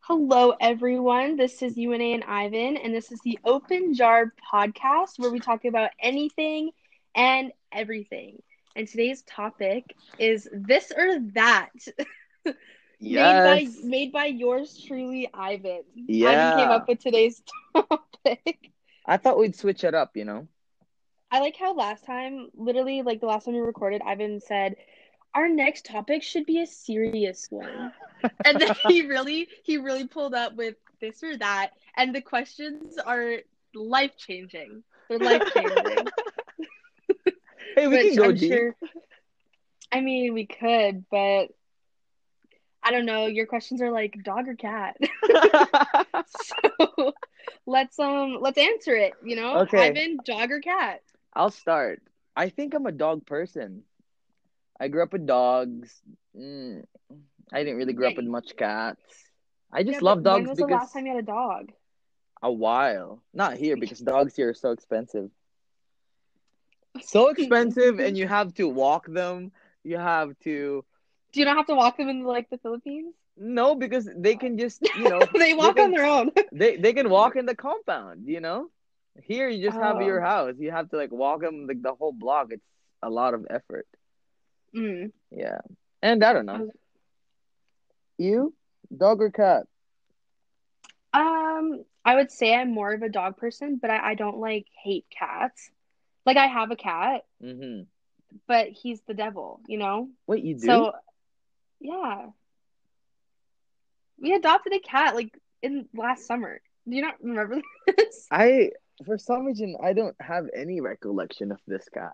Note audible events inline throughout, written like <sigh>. Hello, everyone. This is UNA and Ivan, and this is the Open Jar podcast where we talk about anything and everything. And today's topic is this or that. Yes. made by made by yours truly, Ivan. Ivan came Yeah. up with today's <laughs> topic. I thought we'd switch it up, you know? I like how last time, literally, like the last time we recorded, Ivan said, "Our next topic should be a serious one," <laughs> and then he really, he really pulled up with this or that, and the questions are life changing. They're life <laughs> changing. Hey, we can go I'm deep. sure. I mean, we could, but I don't know. Your questions are like dog or cat, <laughs> so let's um, let's answer it. You know, Okay. Ivan, dog or cat? <laughs> I'll start. I think I'm a dog person. I grew up with dogs. Mm, I didn't really grow up Yeah, with you- much cats. I just Yeah, love but dogs When was because the last time you had a dog? a while. Not here because dogs here are so expensive. <laughs> So expensive, and you have to walk them. You have to. Do you not have to walk them in like the Philippines? <laughs> No, because they can just, you know, they walk can- on their own. <laughs> they they can walk in the compound, you know. Here you just have Oh. your house. You have to like walk them like the whole block. It's a lot of effort. Mm. Yeah, and I don't know. Okay. You dog or cat? Um, I would say I'm more of a dog person, but I, I don't like hate cats. Like I have a cat, Mm-hmm. but he's the devil, you know? Wait, you do? So yeah. We adopted a cat like in last summer. Do you not remember <laughs> this? I for some reason I don't have any recollection of this cat.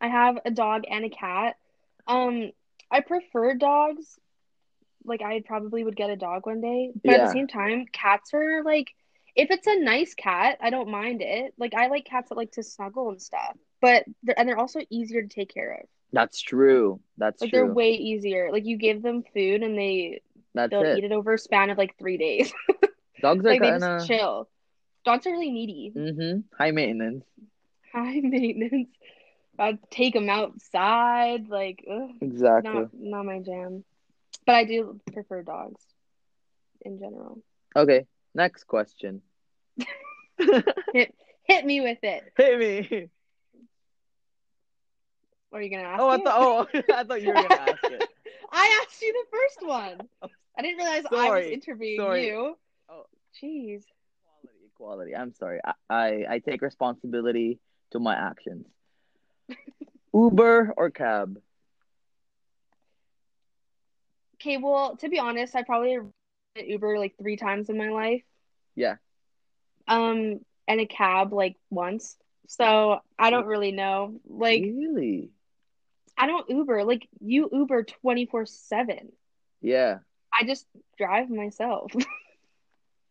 I have a dog and a cat. Um, I prefer dogs. Like I probably would get a dog one day, but at Yeah. the same time, cats are like if it's a nice cat, I don't mind it. Like I like cats that like to snuggle and stuff, but they're, and they're also easier to take care of. That's true. That's Like they're true. way easier. Like you give them food and they That's they'll it. eat it over a span of like three days. <laughs> Dogs are like they kind just of chill. Dogs are really needy. mm-hmm. high maintenance. <laughs> High maintenance. I'd take them outside. Like ugh. Exactly. Not not my jam. But I do prefer dogs in general. Okay. Next question. Hit hit me with it. Hit me. Are you gonna ask? Oh, I it? thought. Oh, <laughs> I thought you were gonna ask it. <laughs> I asked you the first one. I didn't realize I was Sorry. interviewing Sorry. you. Oh. Jeez. Equality, equality. I'm sorry. I, I, I take responsibility to <laughs> my actions. Uber or cab? Okay, well, to be honest, I probably ran Uber like three times in my life. Yeah. Um, and a cab like once. So I Mm-hmm. don't really know. Like really? I don't Uber. Like you Uber twenty four seven. Yeah. I just drive myself.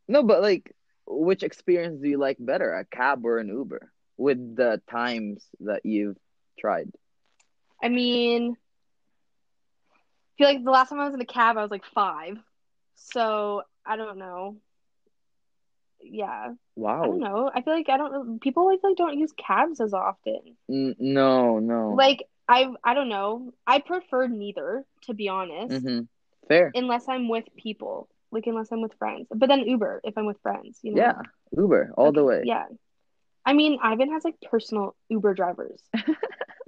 No, but like, which experience do you like better, a cab or an Uber? With the times that you've tried. I mean, I feel like the last time I was in a cab, I was like five. So I don't know. Yeah, I don't Wow. know. I feel like I don't. People like like don't use cabs as often. N- no, no. Like I, I don't know. I prefer neither, to be honest, hmm Fair. unless I'm with people. Like unless I'm with friends, but then Uber if I'm with friends. You know. Yeah. Uber all the way. Yeah. I mean, Ivan has like personal Uber <laughs> drivers.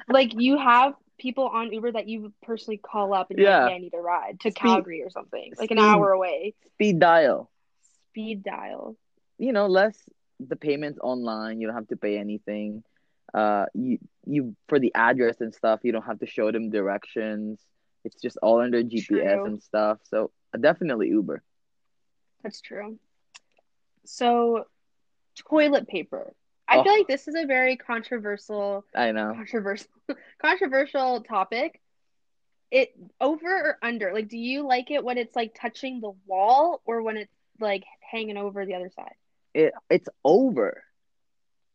like you have people on Uber that you personally call up and you're Yeah. like, yeah, I need a ride to Speed- Calgary or something, like an speed- hour away. Speed dial. Speed dial. you know, less the payments online. You don't have to pay anything. Uh, you you for the address and stuff. You don't have to show them directions. It's just all under GPS True. and stuff. So definitely Uber. That's true. So, toilet paper. I Oh. feel like this is a very controversial, I know. controversial, <laughs> controversial topic. It over or under? Like, do you like it when it's like touching the wall or when it's like hanging over the other side? It it's over.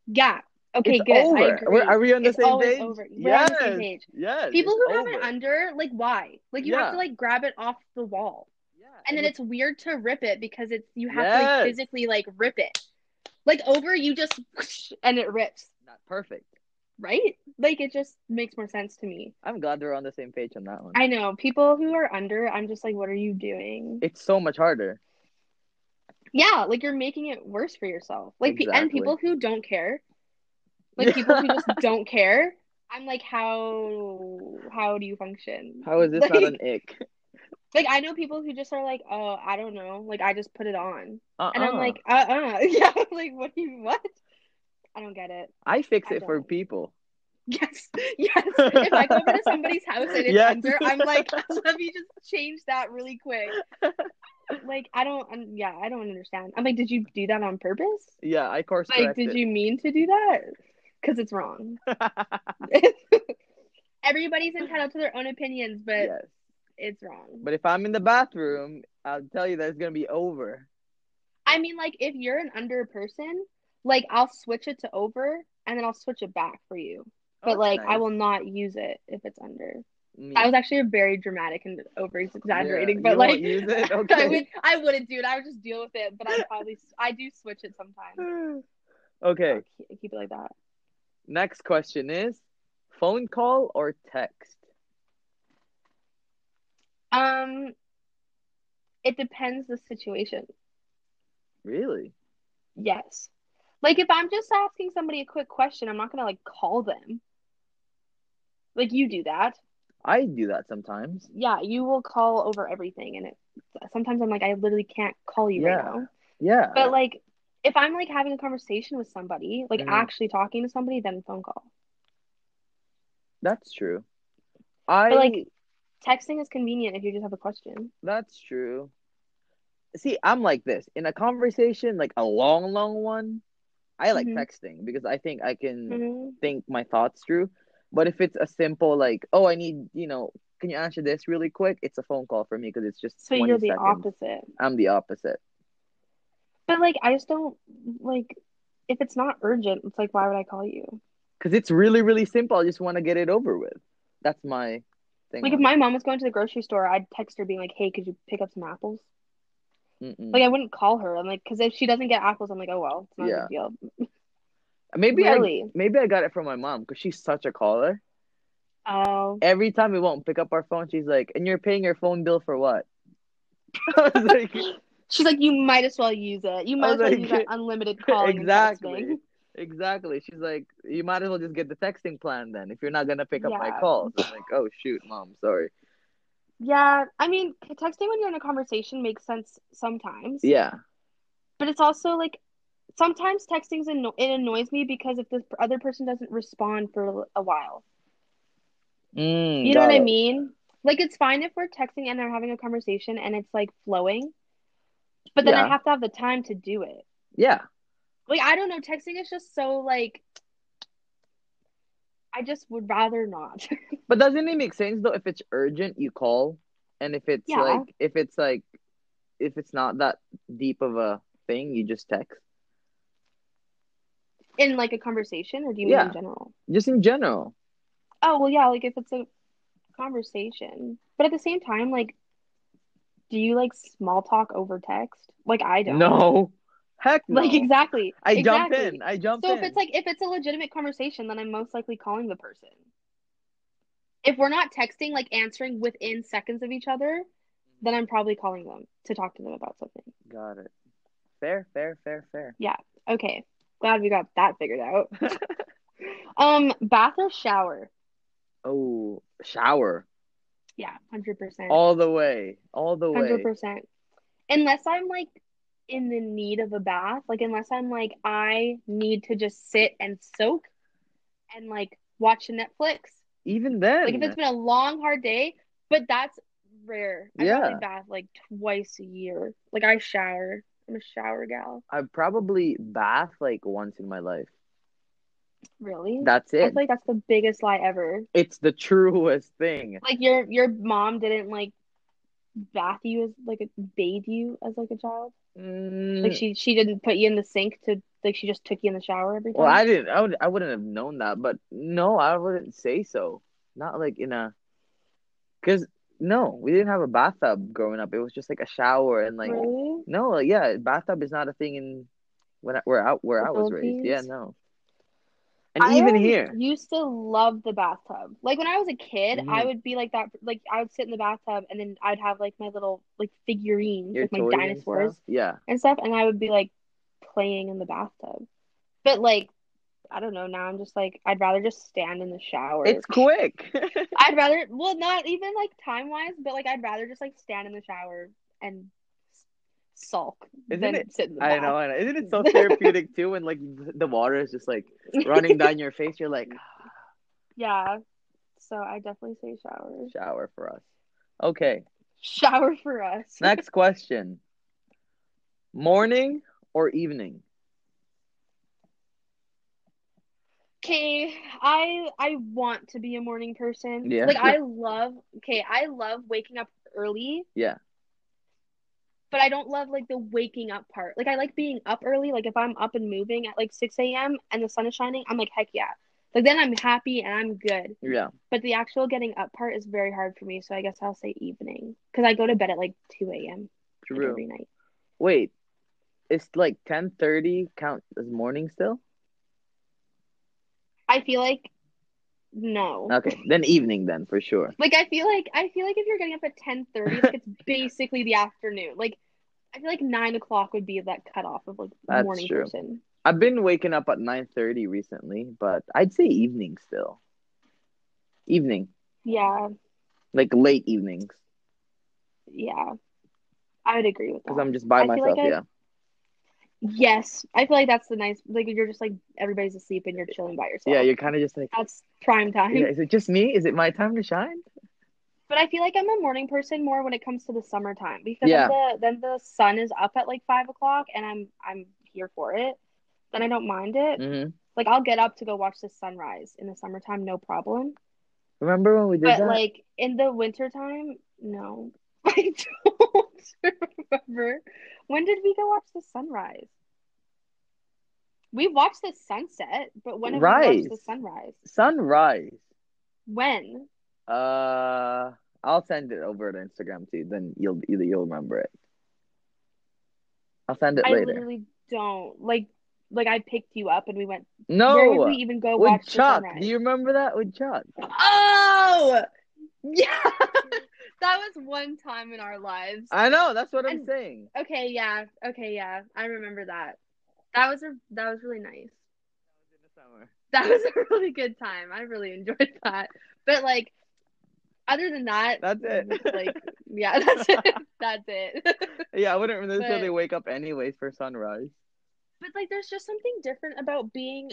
Yeah. Okay, It's good. over. I agree. We're- are we on the It's same always page? over. We're on Yes. the same page. Yes. People it's who have over. it under, like, why? Like, you have Yeah. to like grab it off the wall, Yeah. and then it's weird to rip it because it's you have to Yes. like physically like rip it. Like over, you just <laughs> and it rips. not perfect. right? Like it just makes more sense to me. I'm glad we're on the same page on that one. I know people who are under, I'm just like, what are you doing? It's so much harder. yeah, like you're making it worse for yourself. Like pe- and Exactly. people who don't care, like people who <laughs> just don't care. I'm like, how how do you function? How is this like, not an ick? like I know people who just are like, oh, I don't know, like I just put it on, Uh-uh. <laughs> and I'm like, uh, uh <laughs> yeah, like what do you what? I don't get it. <laughs> I fix I it for don't. people. Yes, yes. If I go over to somebody's house and it's <laughs> Yes. under, I'm like, let me just change that really <laughs> quick. Like I don't, I'm, yeah, I don't understand. I'm like, did you do that on purpose? Yeah, I course Like, correct did it. you mean to do that? Because it's <laughs> wrong. <laughs> Everybody's entitled to their own opinions, but yes. it's wrong. But if I'm in the bathroom, I'll tell you that it's gonna be over. I mean, like, if you're an under person, like, I'll switch it to over and then I'll switch it back for you. Oh, But, that's like, I nice. will not use it if it's under. Mm, That was actually a very dramatic and over exaggerating, yeah. but, You like, won't <laughs> use it? I, Okay. would, I wouldn't, dude. I would just deal with it, but I would probably, I do switch it sometimes. <laughs> okay. I'll keep- keep it like that. Next question is phone call or text? Um, it depends the situation. Really? Yes. Like if I'm just asking somebody a quick question, I'm not gonna like call them. Like you do that. I do that sometimes. Yeah, you will call over everything and it sometimes I'm like I literally can't call you Yeah. right now. Yeah. But like if I'm like having a conversation with somebody, like Mhm. actually talking to somebody, then phone call. That's true. I But like texting is convenient if you just have a question. that's true. See, I'm like this. In a conversation, like a long, long one, I like Mhm. texting because I think I can Mhm. think my thoughts through. But if it's a simple like, oh, I need, you know, can you answer this really quick? It's a phone call for me because it's just So 20 you're the seconds. opposite. I'm the opposite. But like I just don't like if it's not urgent, it's like why would I call you? Because it's really, really simple. I just want to get it over with. That's my thing. Like if my mom was going to the grocery store, I'd text her being like, "Hey, could you pick up some apples?" Mm-mm. Like I wouldn't call her. I'm like, because if she doesn't get apples, I'm like, oh well, it's not a Yeah. big deal. maybe I really? maybe I got it from my mom because she's such a caller. Oh, Every time we won't pick up our phone, she's like, "And you're paying your phone bill for what?" <laughs> I was like, she's like, you might as well use it. You I might as was well like, use <laughs> that unlimited calling. and exactly, texting." exactly. She's like, "You might as well just get the texting plan then if you're not gonna pick up my Yeah. calls." I'm like, "Oh shoot, mom, sorry." Yeah, I mean, texting when you're in a conversation makes sense sometimes. Yeah, but it's also like sometimes texting's anno- it annoys me because if the other person doesn't respond for a while. Mm, You know got what I it. mean? Like it's fine if we're texting and I'm having a conversation and it's like flowing, but then I Yeah. have to have the time to do it. Yeah, Like I don't know, texting is just so like I just would rather not. <laughs> but doesn't it make sense though? If it's urgent, you call, and if it's Yeah. like, if it's like, if it's not that deep of a thing, you just text. in like a conversation or do you mean Yeah. in general? Just in general. Oh, well yeah, like if it's a conversation. But at the same time like do you like small talk over text? Like I don't. No. Heck no. <laughs> Like exactly. I jump exactly. in. I jump So in. if it's like if it's a legitimate conversation, then I'm most likely calling the person. If we're not texting, like answering within seconds of each other, then I'm probably calling them to talk to them about something. Got it. Fair, fair, fair, fair. Okay. Glad we got that figured out. <laughs> um, bath or shower? Oh, shower. Yeah, hundred percent. All the way. All the Hundred way. percent. Unless I'm like in the need of a bath, like unless I'm like I need to just sit and soak and like watch Netflix. Even then. Like if it's been a long, hard day, but that's rare. I Yeah. probably bath like twice a year. Like I shower. I'm a shower gal. I've probably bath like once in my life. Really? That's I feel it. like that's the biggest lie ever. It's the truest thing. Like your your mom didn't like bath you as like a bathe you as like a child. Mm, Like she she didn't put you in the sink to like she just took you in the shower every time. well, I didn't I, would, I wouldn't have known that, but no, I wouldn't say so. Not like in a cuz no, we didn't have a bathtub growing up. It was just like a shower and like really? No, like, yeah, bathtub is not a thing in when I, where out where The I was raised. Yeah, Philippines? no. And I even always here, used to love the bathtub. Like when I was a kid, Mhm. I would be like that. Like I would sit in the bathtub, and then I'd have like my little like figurines, your like my toys and dinosaurs stuff. Yeah. and stuff, and I would be like playing in the bathtub. But like, I don't know. Now I'm just like, I'd rather just stand in the shower. It's quick. <laughs> I'd rather, well, not even like time wise, but like I'd rather just like stand in the shower and s- sulk Isn't than it- sit in the I bath. know, and isn't it <laughs> so therapeutic too? When like the water is just like running down your face, you're like "Ah, Yeah. So I definitely say shower. shower for us. Okay, Shower for us. next question: morning or evening? Okay, I I want to be a morning person. Yeah. Like I love okay, I love waking up early. Yeah. But I don't love like the waking up part. Like I like being up early. Like if I'm up and moving at like six AM and the sun is shining, I'm like, heck yeah. Like then I'm happy and I'm good. Yeah, But the actual getting up part is very hard for me, so I guess I'll say evening. Because I go to bed at like two AM like, true. every night. Wait, it's like ten thirty. Count as morning still? I feel like no. Okay, then evening then for sure. Like I feel like I feel like if you're getting up at ten thirty, like <laughs> it's basically the afternoon. Like I feel like nine o'clock would be that cutoff of like That's morning true. person. I've been waking up at nine thirty recently, but I'd say evening still. Evening, Yeah, like late evenings, yeah, I would agree with because that. I'm just by I feel myself. like I- yeah. Yes, I feel like that's the nice. Like you're just like everybody's asleep and you're chilling by yourself. Yeah, you're kind of just like, that's prime time. yeah, is it just me? Is it my time to shine? But I feel like I'm a morning person more when it comes to the summertime because then Yeah. the then the sun is up at like five o'clock and I'm I'm here for it. Then I don't mind it. hmm Like I'll get up to go watch the sunrise in the summertime, no problem. Remember when we did But that? like in the wintertime, no. <laughs> I don't <laughs> remember. When did we go watch the sunrise? We watched the sunset, but when did we Rise. watch the sunrise? Sunrise. When? Uh, I'll send it over to Instagram too. Then you'll you'll, you'll remember it. I'll send it I later. literally don't. Like like I picked you up and we went where No, did we even go with watch the Chuck. Do sunrise? you remember that with Chuck? Oh <laughs> yeah. that was one time in our lives. I know. That's what I'm And- saying. Okay, yeah. Okay, yeah. I remember that. That was a that was really nice. <laughs> In the summer. that was a really good time. I really enjoyed that. But like, other than that, That's it. <laughs> like, yeah, <laughs> that's it. That's it. <laughs> but Yeah, I wouldn't necessarily But- wake up anyways for sunrise. like, there's just something different about being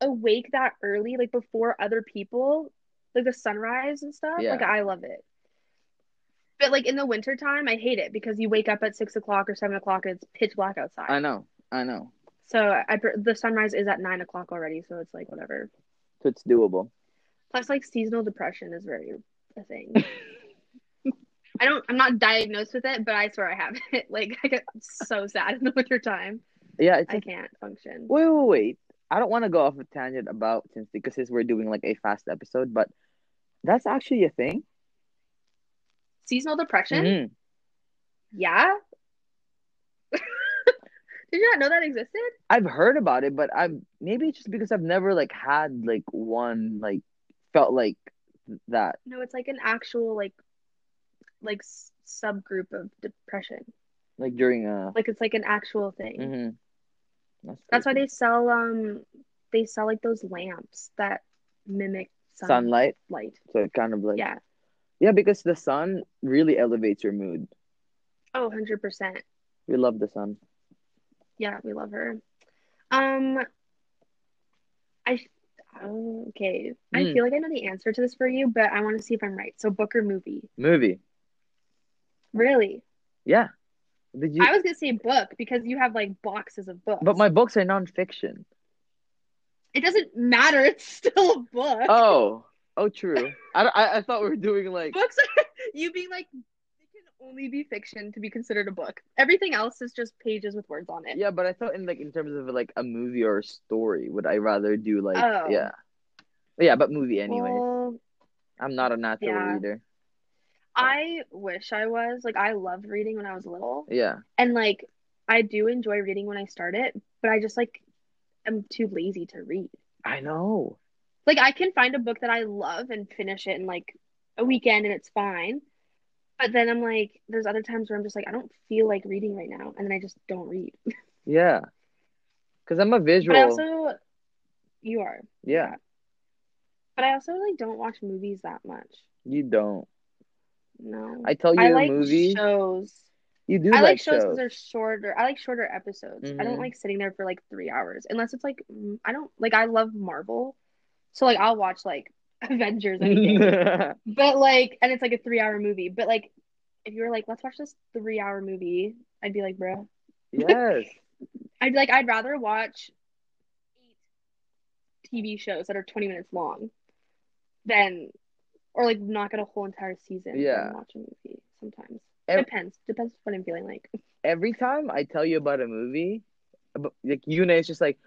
awake that early, like before other people, like the sunrise and stuff. Yeah. Like, I love it. But like in the wintertime, I hate it because you wake up at six o'clock or seven o'clock and it's pitch black outside. I know. I know. so I pr- the sunrise is at nine o'clock already, so it's like whatever. So it's doable. Plus, like seasonal depression is very a <laughs> thing. I don't. I'm not diagnosed with it, but I swear I have it. <laughs> Like I get so sad in the wintertime. Yeah, it's <laughs> I can't function. Wait, wait, wait. I don't want to go off a tangent about since because since we're doing like a fast episode, but that's actually a thing. Seasonal depression. Mhm. Yeah. <laughs> Did you not know that existed? I've heard about it, but I'm maybe it's just because I've never like had like one like felt like that. No, it's like an actual like like s- subgroup of depression. Like during a Like it's like an actual thing. Mhm. That's why crazy. they sell um they sell like those lamps that mimic sunlight. sunlight. So it kind of like Yeah. Yeah, because the sun really elevates your mood. Oh, 100 percent. We love the sun. Yeah, we love her. Um, I oh, okay. I Mm. feel like I know the answer to this for you, but I want to see if I'm right. So book or movie? Movie. Really? Yeah. Did you I was gonna say book because you have like boxes of books. But my books are nonfiction. it doesn't matter. It's still a book. Oh. <laughs> Oh true. I, I I thought we were doing like Books are <laughs> you being like it can only be fiction to be considered a book. Everything else is just pages with words on it. Yeah, but I thought in like in terms of like a movie or a story, would I rather do like Oh. yeah, yeah, but movie anyways. Well, I'm not a natural yeah. reader. I wish I was like I loved reading when I was little. Yeah, and like I do enjoy reading when I start it, but I just like am too lazy to read. I know. Like I can find a book that I love and finish it in like a weekend and it's fine. But then I'm like, there's other times where I'm just like, I don't feel like reading right now, and then I just don't read. Yeah. Because I'm a visual. But I also, you are. yeah, But I also like don't watch movies that much. you don't. No. I tell you I a like movie. shows. You do I like like shows because <laughs> they're shows. shorter. I like shorter episodes. I Mhm. don't like sitting there for like three hours unless it's like mm, I don't like. I love Marvel, so like I'll watch like <laughs> Avengers anything. But like, and it's like a three-hour movie. But like, if you were like, let's watch this three-hour movie, I'd be like, bro. yes. I'd be like, I'd rather watch eight TV shows that are 20 minutes long than, or like knock out a whole entire season than Yeah. watch a movie sometimes. Ev- Depends. Depends what I'm feeling like. Every time I tell you about a movie, ab- like Yuna is just like,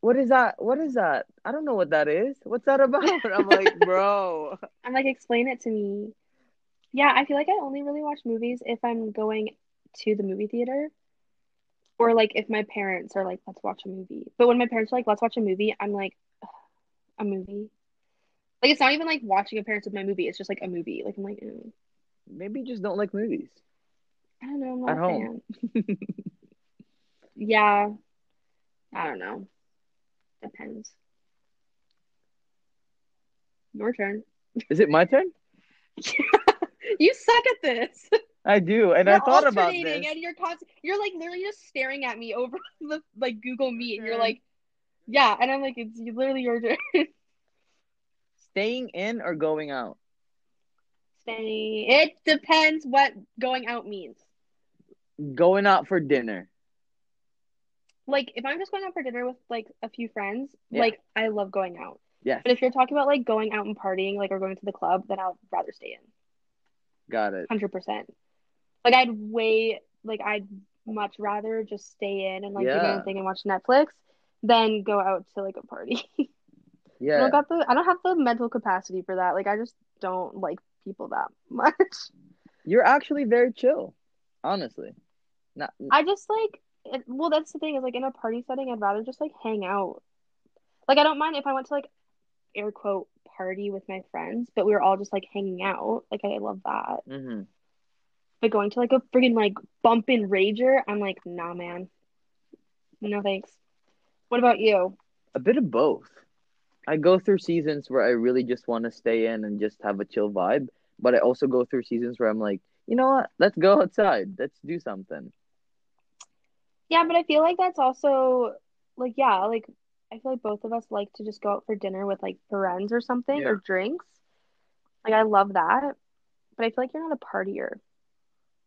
"What is that? What is that? I don't know what that is. What's that about?" <laughs> I'm like, "Bro, I'm like, explain it to me. Yeah, I feel like I only really watch movies if I'm going to the movie theater or like if my parents are like, let's watch a movie. But when my parents are like, let's watch a movie, I'm like, "Ugh, a movie? Like, it's not even like watching a parents with my movie. It's just like a movie. Like, I'm like, "Mm, maybe you just don't like movies." I don't know. I'm not At a home. fan. <laughs> yeah. I don't know. Depends. Your turn. Is it my turn? You suck at this. I do, and I We're thought about alternating this. And you're const- you're like literally just staring at me <laughs> over the like Google Meet, and you're turn. like, yeah, and I'm like, it's literally your <laughs> turn. Staying in or going out? Stay. It depends what going out means. Going out for dinner. Like if I'm just going out for dinner with like a few friends, Yeah. like I love going out. Yes, But if you're talking about like going out and partying, like or going to the club, then I'd rather stay in. got it. Hundred percent. Like I'd way like I'd much rather just stay in and like do my Yeah. own thing and watch Netflix than go out to like a party. <laughs> I Yeah, don't got the I don't have the mental capacity for that. Like I just don't like people that <laughs> much. you're actually very chill, honestly. Not I just like it, well that's the thing is like in a party setting I'd rather just like hang out. Like I don't mind if I went to like air quote party with my friends, but we were all just like hanging out. Like I love that. hmm But going to like a friggin' like bumpin' rager, I'm like, nah man. No thanks. What about you? a bit of both. I go through seasons where I really just want to stay in and just have a chill vibe, but I also go through seasons where I'm like, you know what? Let's go outside. Let's do something. Yeah, but I feel like that's also like yeah, like I feel like both of us like to just go out for dinner with like friends or something or drinks. Like I love that. But I feel like you're not a partier.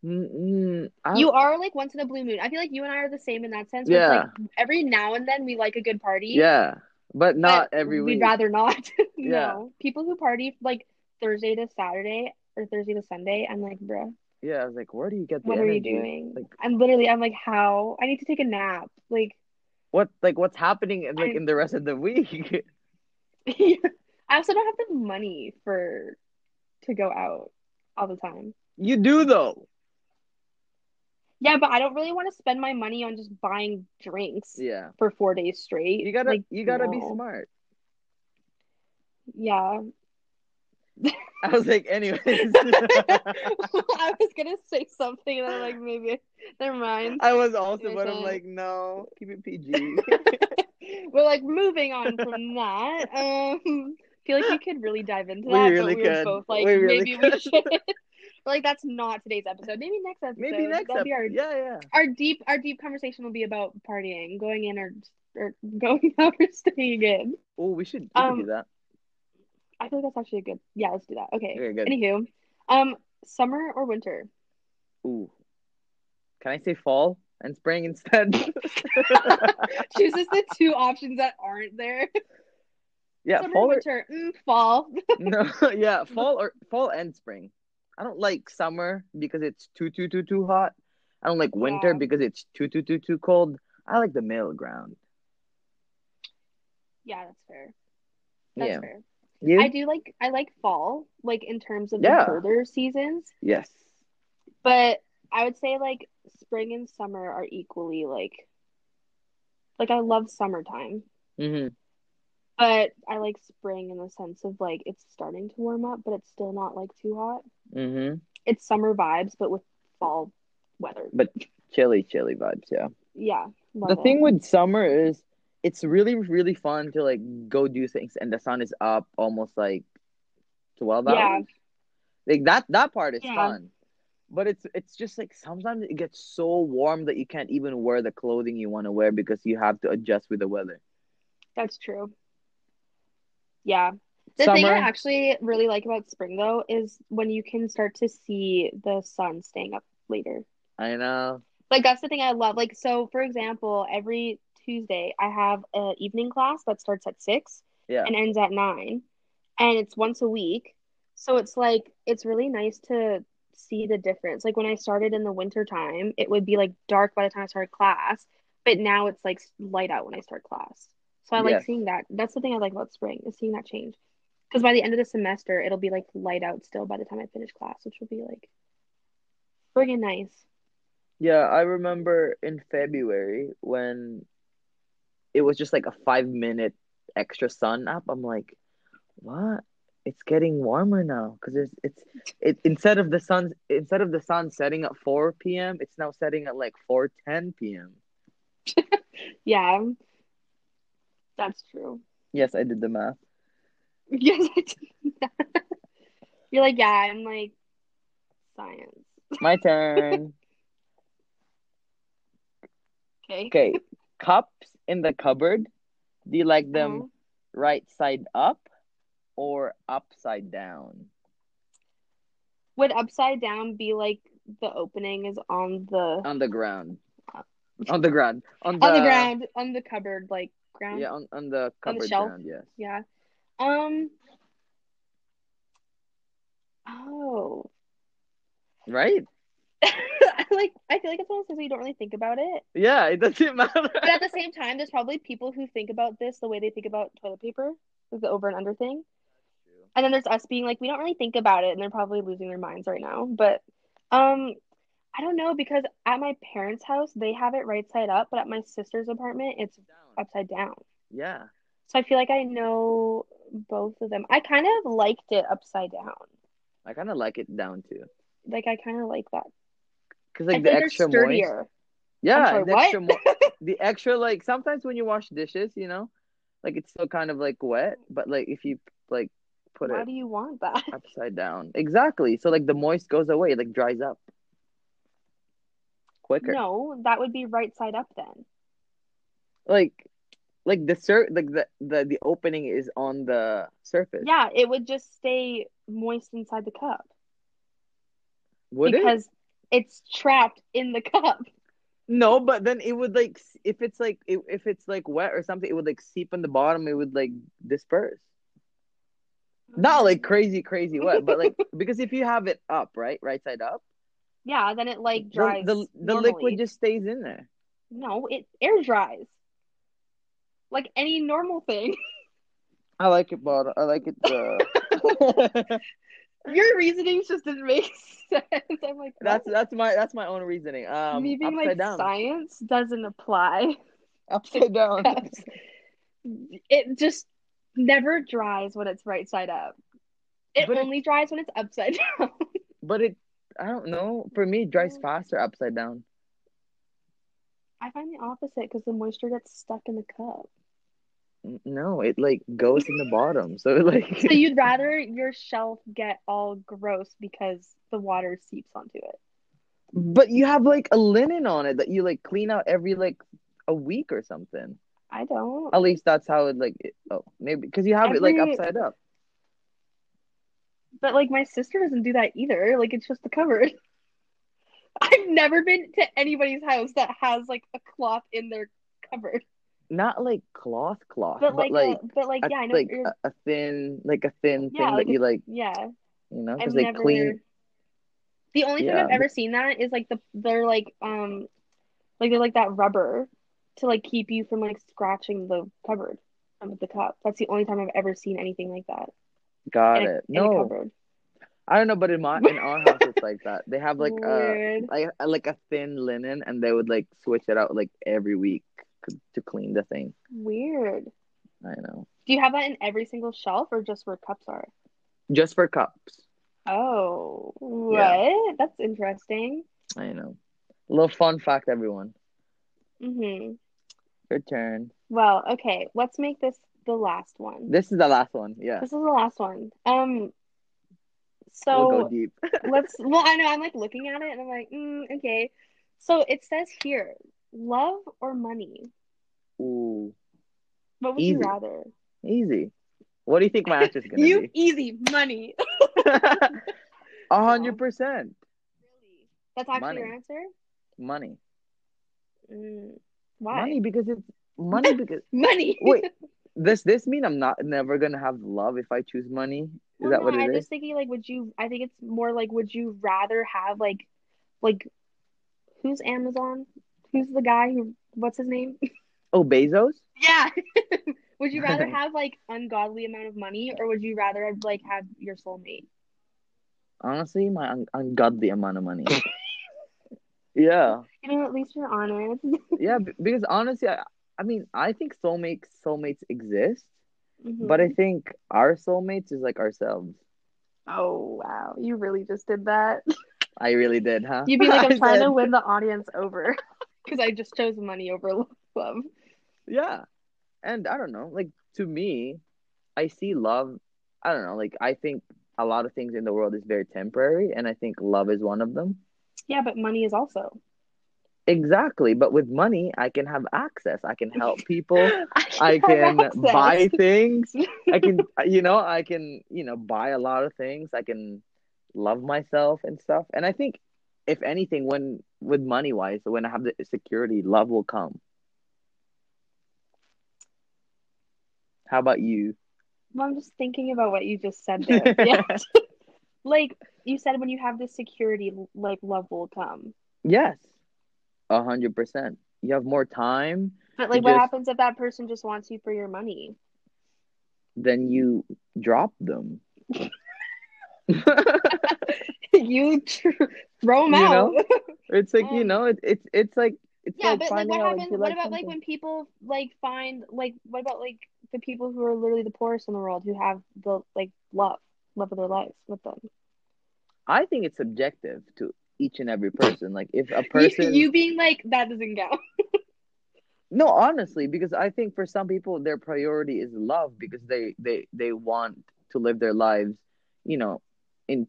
Mm-mm, I- You are like once in a blue moon. I feel like you and I are the same in that sense. where it's, Yeah. Like every now and then we like a good party. yeah, but but not every week. We'd rather not. <laughs> no. Yeah. People who party like Thursday to Saturday or Thursday to Sunday, I'm like, bruh, Yeah, I was like, where do you get the what are you energy? doing? Like I'm literally I'm like, how? I need to take a nap. Like what? Like what's happening? in, Like I- in the rest of the week? <laughs> I also don't have the money for to go out all the time. you do though. Yeah, but I don't really want to spend my money on just buying drinks Yeah, for four days straight. you gotta Like, you gotta be no. smart. <laughs> Yeah. <laughs> I was like, anyways. I was gonna say something and I'm like maybe never mind. I was also, but I'm Mhm. like, no, keep <laughs> it PG. We're like moving on from <laughs> that. Um feel like we could really dive into We that, really but we were could. both like We really maybe we could. should <laughs> We're like that's not today's episode. Maybe next episode. Maybe next That'll up. be our Yeah, yeah. our deep our deep conversation will be about partying, going in or or going <laughs> out or staying in. Oh, we should, we should Um, do that. I feel like that's actually a good. Yeah, let's do that. Okay. Okay, good. Anywho, um, summer or winter? <laughs> Ooh. Can I say fall and spring instead? <laughs> Chooses the two options that aren't there. yeah, summer, fall or winter, mm, fall. <laughs> <laughs> no, yeah, fall or fall and spring. I don't like summer because it's too too too too hot. I don't like winter Yeah. because it's too too too too cold. I like the middle ground. yeah, that's fair. That's yeah. fair. You? I do like I like fall, like in terms of Yeah. the colder seasons, Yes. but I would say like spring and summer are equally like like I love summertime. Mm-hmm. But I like spring in the sense of like it's starting to warm up, but it's still not like too hot. Mm-hmm. It's summer vibes, but with fall weather. But chilly, chilly vibes. Yeah. Yeah. love The it. thing with summer is it's really, really fun to like go do things, and the sun is up almost like twelve Yeah. hours. Like that, that part is Yeah. fun. But it's it's just like sometimes it gets so warm that you can't even wear the clothing you want to wear because you have to adjust with the weather. That's true. Yeah. The thing I actually really like about spring though is when you can start to see the sun staying up later. I know. Like that's the thing I love. Like so for example, every Tuesday I have an evening class that starts at 6 Yeah. and ends at 9 and it's once a week. So it's like it's really nice to see the difference. Like when I started in the winter time, it would be like dark by the time I started class, but now it's like light out when I start class. So I like Yes. seeing that. That's the thing I like about spring is seeing that change. Because by the end of the semester, it'll be like light out still by the time I finish class, which will be like friggin' nice. Yeah, I remember in February when it was just like a five minute extra sun up. I'm like, what? It's getting warmer now because it's it's it instead of the sun instead of the sun setting at four p.m. It's now setting at like four ten p.m. Yeah, that's true. Yes, I did the math. <laughs> Yes, I did that. You're like, yeah, I'm like science. My <laughs> turn. Okay. okay, cups in the cupboard. Do you like them Uh-huh. right side up or upside down? Would upside down be like the opening is on the On the ground. On the ground. On the, on Um, the ground on the cupboard like ground Yeah, on, on the On the cupboard shelf? ground, yes. yeah um oh <laughs> Right? I like I feel like it's one of those things where you don't really think about it Yeah, it doesn't <laughs> matter. but at the same time there's probably people who think about this the way they think about toilet paper like the over and under thing and then there's us being like we don't really think about it and they're probably losing their minds right now but um I don't know because at my parents' house they have it right side up but at my sister's apartment it's upside down Yeah. So I feel like I know both of them. I kind of liked it upside down. I kind of like it down too. Like I kind of like that. Cuz I like think the they're extra sturdier. moist. Yeah, sorry, the what? extra <laughs> mo- the extra like sometimes when you wash dishes, you know, like it's still kind of like wet, but like if you like put Why it do you want that? <laughs> upside down. Exactly. So like the moist goes away, it, like dries up quicker. No, that would be right side up then. Like like the sur- like the, the the opening is on the surface. Yeah, it would just stay moist inside the cup Would it? because it's trapped in the <laughs> cup. No, but then it would like s- if it's like i- if it's like wet or something, it would like seep on the bottom. It would like disperse. Not like crazy, crazy wet, but <laughs> like because if you have it up, right, right side up, Yeah, then it like the- dries. the the, normally. liquid just stays in there. No, it air dries. Like any normal thing. <laughs> I like it, bottom. I like it. Uh... Your reasonings just didn't make <laughs> sense. I'm like <laughs> <laughs> that's what? that's my that's my own reasoning. Um, me being upside like down, science doesn't apply. <laughs> upside down. cups. It just never dries when it's right side up. It But it- only dries when it's upside <laughs> down. but it, I don't know. For me, it dries faster upside down. I find the opposite because the moisture gets stuck in the <laughs> cup. N- No, it like goes in the bottom. So <laughs> like. So you'd rather your shelf get all gross because the water seeps onto it. But you have like a linen on it that you like clean out every like a week or something. I don't. At least that's how it like. It, oh, maybe because you have it like Every- upside up. But like my sister doesn't do that either. Like it's just the cupboard. <laughs> I've never been to anybody's house that has like a cloth in their cupboard. Not like cloth, cloth, But like, a- but like a, yeah, I know. what like uh, you're, a, a thin, like a thin Yeah, thing like that you like, yeah. you know, I've because they never. clean. The only time Yeah, I've ever seen that is like the they're like um like they're like that rubber to like keep you from like scratching the cupboard um, with the cup. That's the only time I've ever seen anything like that Got in, a, it. in a No, cupboard. I don't know, but in my in our house it's like that. They have like uh, a Weird. like, a- like a thin linen, and they would like switch it out like every week to clean the thing. Weird. I know. Do you have that in every single shelf or just where cups are? just for cups. Oh, what? Yeah. That's interesting. I know. Little fun fact, everyone. hmm Your turn. Well, okay. Let's make this the last one. This is the last one. Yeah. This is the last one. Um, We'll so go deep. let's well i know i'm like looking at it and i'm like mm, okay so it says here love or money Ooh. what would you Easy. rather Easy. What do you think <laughs> my answer's gonna you be? <laughs> easy money A hundred percent. really that's actually your Money. answer Money. mm, why Money because it's <laughs> money because money wait. Does this mean I'm not never gonna have love if I choose money? Is Well, that no, what it i'm is? just thinking like would you i think it's more like would you rather have like like who's amazon who's the guy who what's his name <laughs> Oh, Bezos? yeah <laughs> would you <laughs> rather have like ungodly amount of money or would you rather like have your soulmate Honestly, my un- ungodly amount <laughs> of money. yeah, You know, at least you're <laughs> honest. yeah. b- Because honestly, I, I mean, I think soulmates soulmates exist, Mm-hmm. but I think our soulmates is like ourselves. oh wow, you really just did <laughs> that. I really did, huh? You'd <laughs> be like, I I'm trying to said, win the audience over <laughs> because I just chose money over love. Yeah, and I don't know. Like to me, I see love. I don't know. Like I think a lot of things in the world is very temporary, and I think love is one of them. Yeah, but money is also. Exactly, but with money, I can have access. I can help people. <laughs> I have can access. <laughs> buy things. I can, you know, I can, you know, buy a lot of things. I can love myself and stuff. And I think, if anything, when with money wise, when I have the security, love will come. How about you? Well, I'm just thinking about what you just said <laughs> there. Yeah. <laughs> like you said, when you have this security, like love will come. Yes, a hundred percent. You have more time, But You like, what just- happens if that person just wants you for your money? <laughs> then you drop them. <laughs> you tr- throw 'em You out. know? It's like you Um, know, it, it's it's like it's Yeah, like but like finding what out if happens you what like about like something. when people like find like what about like the people who are literally the poorest in the world who have the like love, love of their lives with them? I think it's subjective to each and every person. Like if a You, <laughs> person, you being like that doesn't count. no, honestly, because I think for some people their priority is love because they they they want to live their lives, you know, in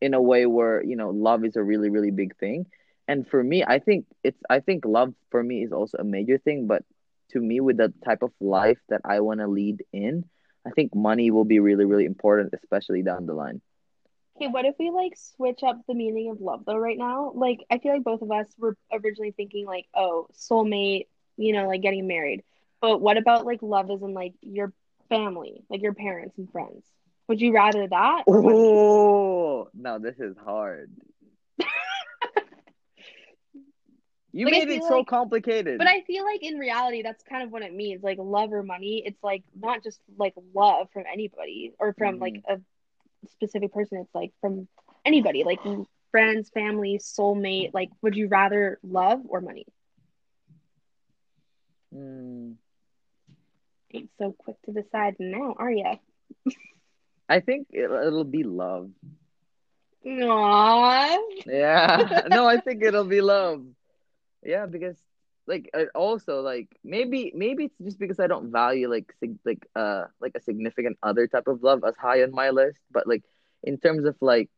in a way where you know love is a really really big thing. And for me, I think it's I think love for me is also a major thing. But to me, with the type of life that I want to lead in, I think money will be really really important, especially down the line. Okay, what if we like switch up the meaning of love though right now? Like I feel like both of us were originally thinking like, oh, soulmate, you know, like getting married. But what about like love is in like your family, like your parents and friends? Would you rather that? or money? Oh no, this is <laughs> hard. you Like, I made it feel so like- complicated. But I feel like in reality, that's kind of what it means. Like love or money, it's like not just like love from anybody or from Mhm. like a specific person. It's like from anybody, like friends, family, soulmate. Like, would you rather love or money? Hmm. Ain't so quick to decide now, are ya? I think it'll, it'll be love. Aww. Yeah. <laughs> <laughs> no, I think it'll be love. Yeah, because like I also like maybe maybe it's just because I don't value like sig- like uh like a significant other type of love as high on my list, but like in terms of like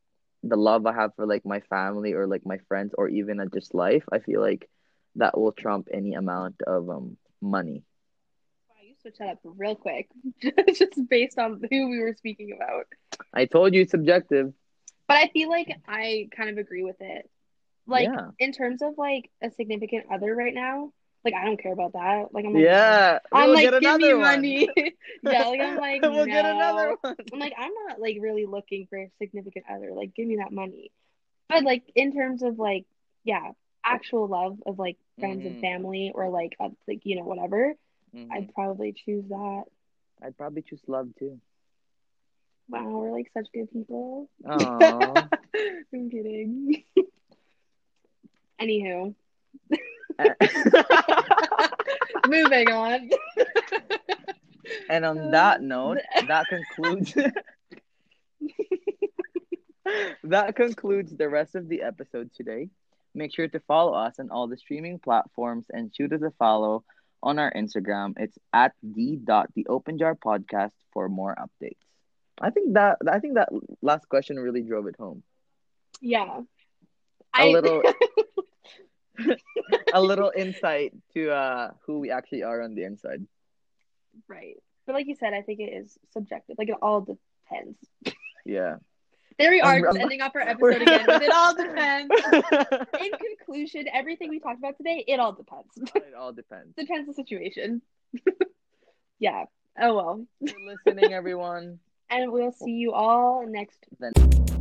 the love I have for like my family or like my friends or even uh, just life, I feel like that will trump any amount of um money. Wow, you switched that up real quick, <laughs> just based on who we were speaking about. I told you it's subjective. But I feel like I kind of agree with it. Like Yeah. in terms of like a significant other right now, like I don't care about that. Like I'm like, Yeah. Oh I'm we'll like, get give me another one. money. <laughs> yeah, like <laughs> I'm like, we'll get no. another one. I'm like, I'm not like really looking for a significant other. Like, give me that money. But like in terms of like, yeah, actual love of like friends and Mhm. family or like uh, like you know whatever, Mhm. I'd probably choose that. I'd probably choose love too. <laughs> Wow, we're like such good people. <laughs> Aww. I'm kidding. <laughs> Anywho, moving on. And <laughs> on that note, that <laughs> concludes that concludes the rest of the episode today. Make sure to follow us on all the streaming platforms and shoot us a follow on our Instagram. It's at the dot the open jar podcast for more updates. I think that I think that last question really drove it home. <laughs> Yeah. <laughs> A little <laughs> a little insight to uh who we actually are on the inside. right. But like you said, I think it is subjective. Like it all depends. Yeah. There we are, I'm- just I'm- ending up our <laughs> we're- episode again. With it all <laughs> depends. In conclusion, everything we talked about today, it all depends. <laughs> it all depends. depends the situation. <laughs> yeah. Oh well. Thanks for listening everyone. And we'll see you all next Then